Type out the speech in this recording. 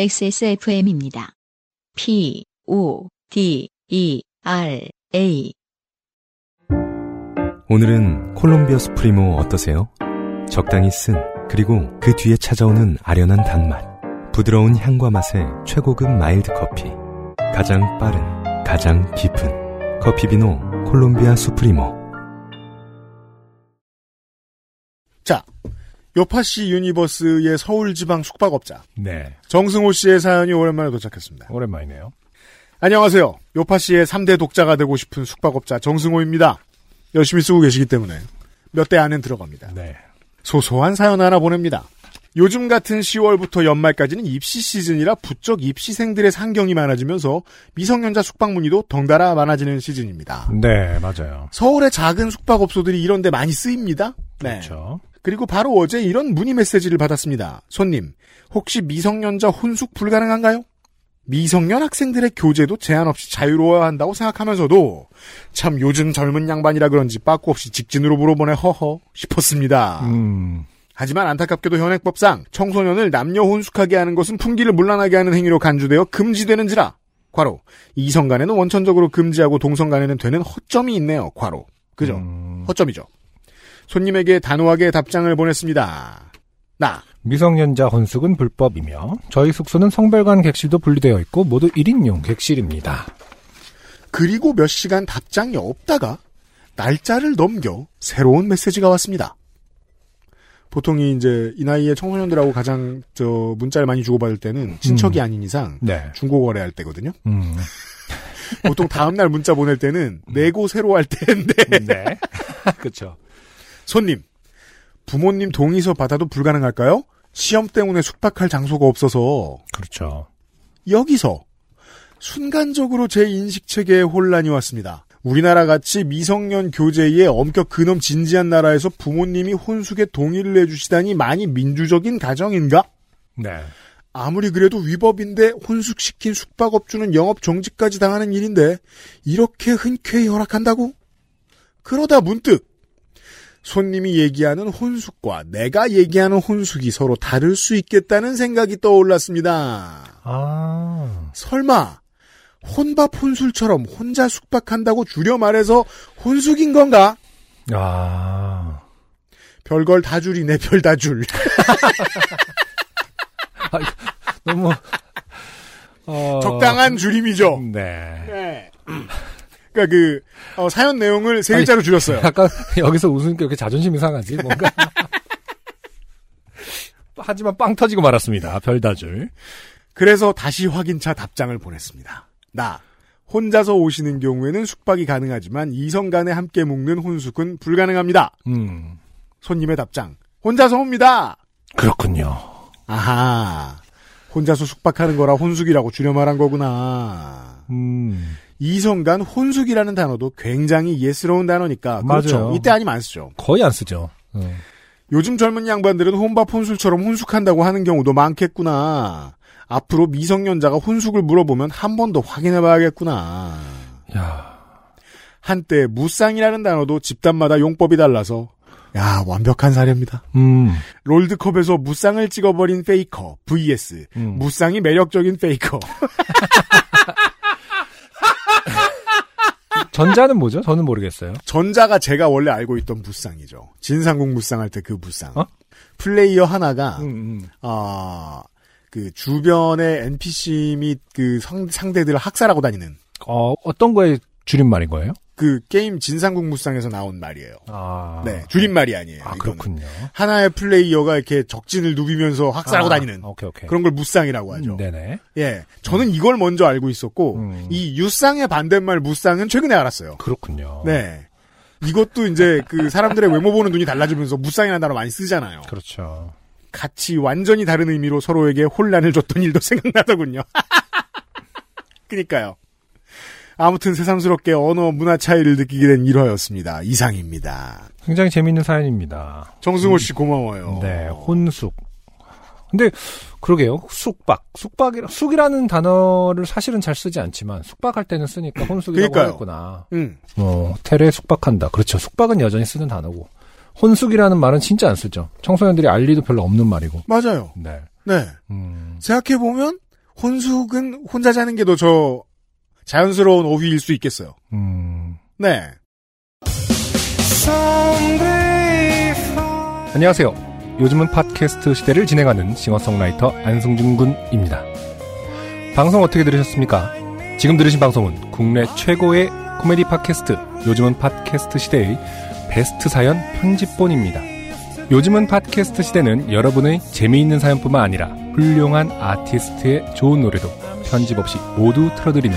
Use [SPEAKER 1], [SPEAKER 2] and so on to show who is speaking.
[SPEAKER 1] XSFM입니다. P, O, D, E, R, A.
[SPEAKER 2] 오늘은 콜롬비아 수프리모 어떠세요? 적당히 쓴, 그리고 그 뒤에 찾아오는 아련한 단맛. 부드러운 향과 맛의 최고급 마일드 커피. 가장 빠른, 가장 깊은. 커피비노 콜롬비아 수프리모.
[SPEAKER 3] 자, 요파 씨 유니버스의 서울지방 숙박업자
[SPEAKER 4] 네.
[SPEAKER 3] 정승호 씨의 사연이 오랜만에 도착했습니다.
[SPEAKER 4] 오랜만이네요.
[SPEAKER 3] 안녕하세요. 요파 씨의 3대 독자가 되고 싶은 숙박업자 정승호입니다. 열심히 쓰고 계시기 때문에 몇 대 안엔 들어갑니다.
[SPEAKER 4] 네.
[SPEAKER 3] 소소한 사연 하나 보냅니다. 요즘 같은 10월부터 연말까지는 입시 시즌이라 부쩍 입시생들의 상경이 많아지면서 미성년자 숙박 문의도 덩달아 많아지는 시즌입니다.
[SPEAKER 4] 네, 맞아요.
[SPEAKER 3] 서울의 작은 숙박업소들이 이런 데 많이 쓰입니다. 네.
[SPEAKER 4] 그렇죠.
[SPEAKER 3] 그리고 바로 어제 이런 문의 메시지를 받았습니다. 손님, 혹시 미성년자 혼숙 불가능한가요? 미성년 학생들의 교제도 제한 없이 자유로워야 한다고 생각하면서도 참 요즘 젊은 양반이라 그런지 빠꾸 없이 직진으로 물어보네 허허 싶었습니다.
[SPEAKER 4] 음.
[SPEAKER 3] 하지만 안타깝게도 현행법상 청소년을 남녀 혼숙하게 하는 것은 풍기를 물란하게 하는 행위로 간주되어 금지되는지라. 과로 이성 간에는 원천적으로 금지하고 동성 간에는 되는 허점이 있네요. 과로 그죠?
[SPEAKER 4] 음.
[SPEAKER 3] 허점이죠. 손님에게 단호하게 답장을 보냈습니다. 나
[SPEAKER 4] 미성년자 혼숙은 불법이며 저희 숙소는 성별간 객실도 분리되어 있고 모두 1인용 객실입니다.
[SPEAKER 3] 그리고 몇 시간 답장이 없다가 날짜를 넘겨 새로운 메시지가 왔습니다. 보통이 이제 이 나이에 청소년들하고 가장 저 문자를 많이 주고받을 때는 친척이 아닌 이상
[SPEAKER 4] 네.
[SPEAKER 3] 중고 거래할 때거든요.
[SPEAKER 4] 음.
[SPEAKER 3] 보통 다음날 문자 보낼 때는 내고 새로 할 때인데
[SPEAKER 4] 네. 그렇죠.
[SPEAKER 3] 손님 부모님 동의서 받아도 불가능할까요? 시험 때문에 숙박할 장소가 없어서
[SPEAKER 4] 그렇죠.
[SPEAKER 3] 여기서 순간적으로 제 인식 체계에 혼란이 왔습니다. 우리나라 같이 미성년 교제에 엄격 근엄 진지한 나라에서 부모님이 혼숙에 동의를 해주시다니 많이 민주적인 가정인가?
[SPEAKER 4] 네.
[SPEAKER 3] 아무리 그래도 위법인데 혼숙시킨 숙박업주는 영업 정지까지 당하는 일인데 이렇게 흔쾌히 허락한다고? 그러다 문득 손님이 얘기하는 혼숙과 내가 얘기하는 혼숙이 서로 다를 수 있겠다는 생각이 떠올랐습니다.
[SPEAKER 4] 아.
[SPEAKER 3] 설마 혼밥 혼술처럼 혼자 숙박한다고 줄여 말해서 혼숙인 건가?
[SPEAKER 4] 아.
[SPEAKER 3] 별걸 다 줄이네 별 다 줄.
[SPEAKER 4] 너무 어,
[SPEAKER 3] 적당한 줄임이죠.
[SPEAKER 4] 네.
[SPEAKER 3] 네. 그러니까 그 어, 사연 내용을 세 글자로 줄였어요.
[SPEAKER 4] 약간 여기서 웃으니까 이렇게 자존심이 상하지 뭔가. 하지만 빵 터지고 말았습니다. 별다줄.
[SPEAKER 3] 그래서 다시 확인차 답장을 보냈습니다. 나 혼자서 오시는 경우에는 숙박이 가능하지만 이성 간에 함께 묵는 혼숙은 불가능합니다.
[SPEAKER 4] 음.
[SPEAKER 3] 손님의 답장. 혼자서 옵니다.
[SPEAKER 4] 그렇군요.
[SPEAKER 3] 아하. 혼자서 숙박하는 거라 혼숙이라고 줄여 말한 거구나.
[SPEAKER 4] 음.
[SPEAKER 3] 이성간 혼숙이라는 단어도 굉장히 예스러운 단어니까 그렇죠.
[SPEAKER 4] 맞아요.
[SPEAKER 3] 이때 아니면 안 쓰죠.
[SPEAKER 4] 거의 안 쓰죠. 음.
[SPEAKER 3] 요즘 젊은 양반들은 혼밥 혼술처럼 혼숙한다고 하는 경우도 많겠구나. 앞으로 미성년자가 혼숙을 물어보면 한 번 더 확인해봐야겠구나.
[SPEAKER 4] 야.
[SPEAKER 3] 한때 무쌍이라는 단어도 집단마다 용법이 달라서 야 완벽한 사례입니다.
[SPEAKER 4] 음.
[SPEAKER 3] 롤드컵에서 무쌍을 찍어버린 페이커 vs
[SPEAKER 4] 음.
[SPEAKER 3] 무쌍이 매력적인 페이커.
[SPEAKER 4] 전자는 뭐죠? 저는 모르겠어요.
[SPEAKER 3] 전자가 제가 원래 알고 있던 무쌍이죠. 진상궁 무쌍할 때 그 무쌍.
[SPEAKER 4] 어?
[SPEAKER 3] 플레이어 하나가
[SPEAKER 4] 음, 음.
[SPEAKER 3] 아, 그 주변의 NPC 및 그 상대들을 학살하고 다니는
[SPEAKER 4] 어, 어떤 거의 줄임말인 거예요?
[SPEAKER 3] 그 게임 진상궁 무쌍에서 나온 말이에요.
[SPEAKER 4] 아.
[SPEAKER 3] 네, 줄임말이 아니에요.
[SPEAKER 4] 아,
[SPEAKER 3] 이거는.
[SPEAKER 4] 그렇군요.
[SPEAKER 3] 하나의 플레이어가 이렇게 적진을 누비면서 학살하고
[SPEAKER 4] 아,
[SPEAKER 3] 다니는
[SPEAKER 4] 오케이, 오케이.
[SPEAKER 3] 그런 걸 무쌍이라고 하죠.
[SPEAKER 4] 음, 네네.
[SPEAKER 3] 예, 저는 이걸 먼저 알고 있었고
[SPEAKER 4] 음.
[SPEAKER 3] 이 유쌍의 반대말 무쌍은 최근에 알았어요.
[SPEAKER 4] 그렇군요.
[SPEAKER 3] 네. 이것도 이제 그 사람들의 외모 보는 눈이 달라지면서 무쌍이라는 단어 많이 쓰잖아요.
[SPEAKER 4] 그렇죠.
[SPEAKER 3] 같이 완전히 다른 의미로 서로에게 혼란을 줬던 일도 생각나더군요. 그니까요. 아무튼 새삼스럽게 언어 문화 차이를 느끼게 된 일화였습니다. 이상입니다.
[SPEAKER 4] 굉장히 재밌는 사연입니다.
[SPEAKER 3] 정승호 씨 고마워요.
[SPEAKER 4] 음. 네, 혼숙. 근데 그러게요. 숙박, 숙박이라 숙이라는 단어를 사실은 잘 쓰지 않지만 숙박할 때는 쓰니까 혼숙이라고
[SPEAKER 3] 그러니까요.
[SPEAKER 4] 했구나.
[SPEAKER 3] 음,
[SPEAKER 4] 어, 호텔에 숙박한다. 그렇죠. 숙박은 여전히 쓰는 단어고 혼숙이라는 말은 진짜 안 쓰죠. 청소년들이 알리도 별로 없는 말이고.
[SPEAKER 3] 맞아요.
[SPEAKER 4] 네.
[SPEAKER 3] 네.
[SPEAKER 4] 음,
[SPEAKER 3] 생각해보면 혼숙은 혼자 자는 게 더 저 자연스러운 어휘일 수 있겠어요.
[SPEAKER 4] 음.
[SPEAKER 3] 네.
[SPEAKER 4] 안녕하세요. 요즘은 팟캐스트 시대를 진행하는 싱어송라이터 안승준 군입니다. 방송 어떻게 들으셨습니까? 지금 들으신 방송은 국내 최고의 코미디 팟캐스트 요즘은 팟캐스트 시대의 베스트 사연 편집본입니다. 요즘은 팟캐스트 시대는 여러분의 재미있는 사연뿐만 아니라 훌륭한 아티스트의 좋은 노래도 편집 없이 모두 틀어드리는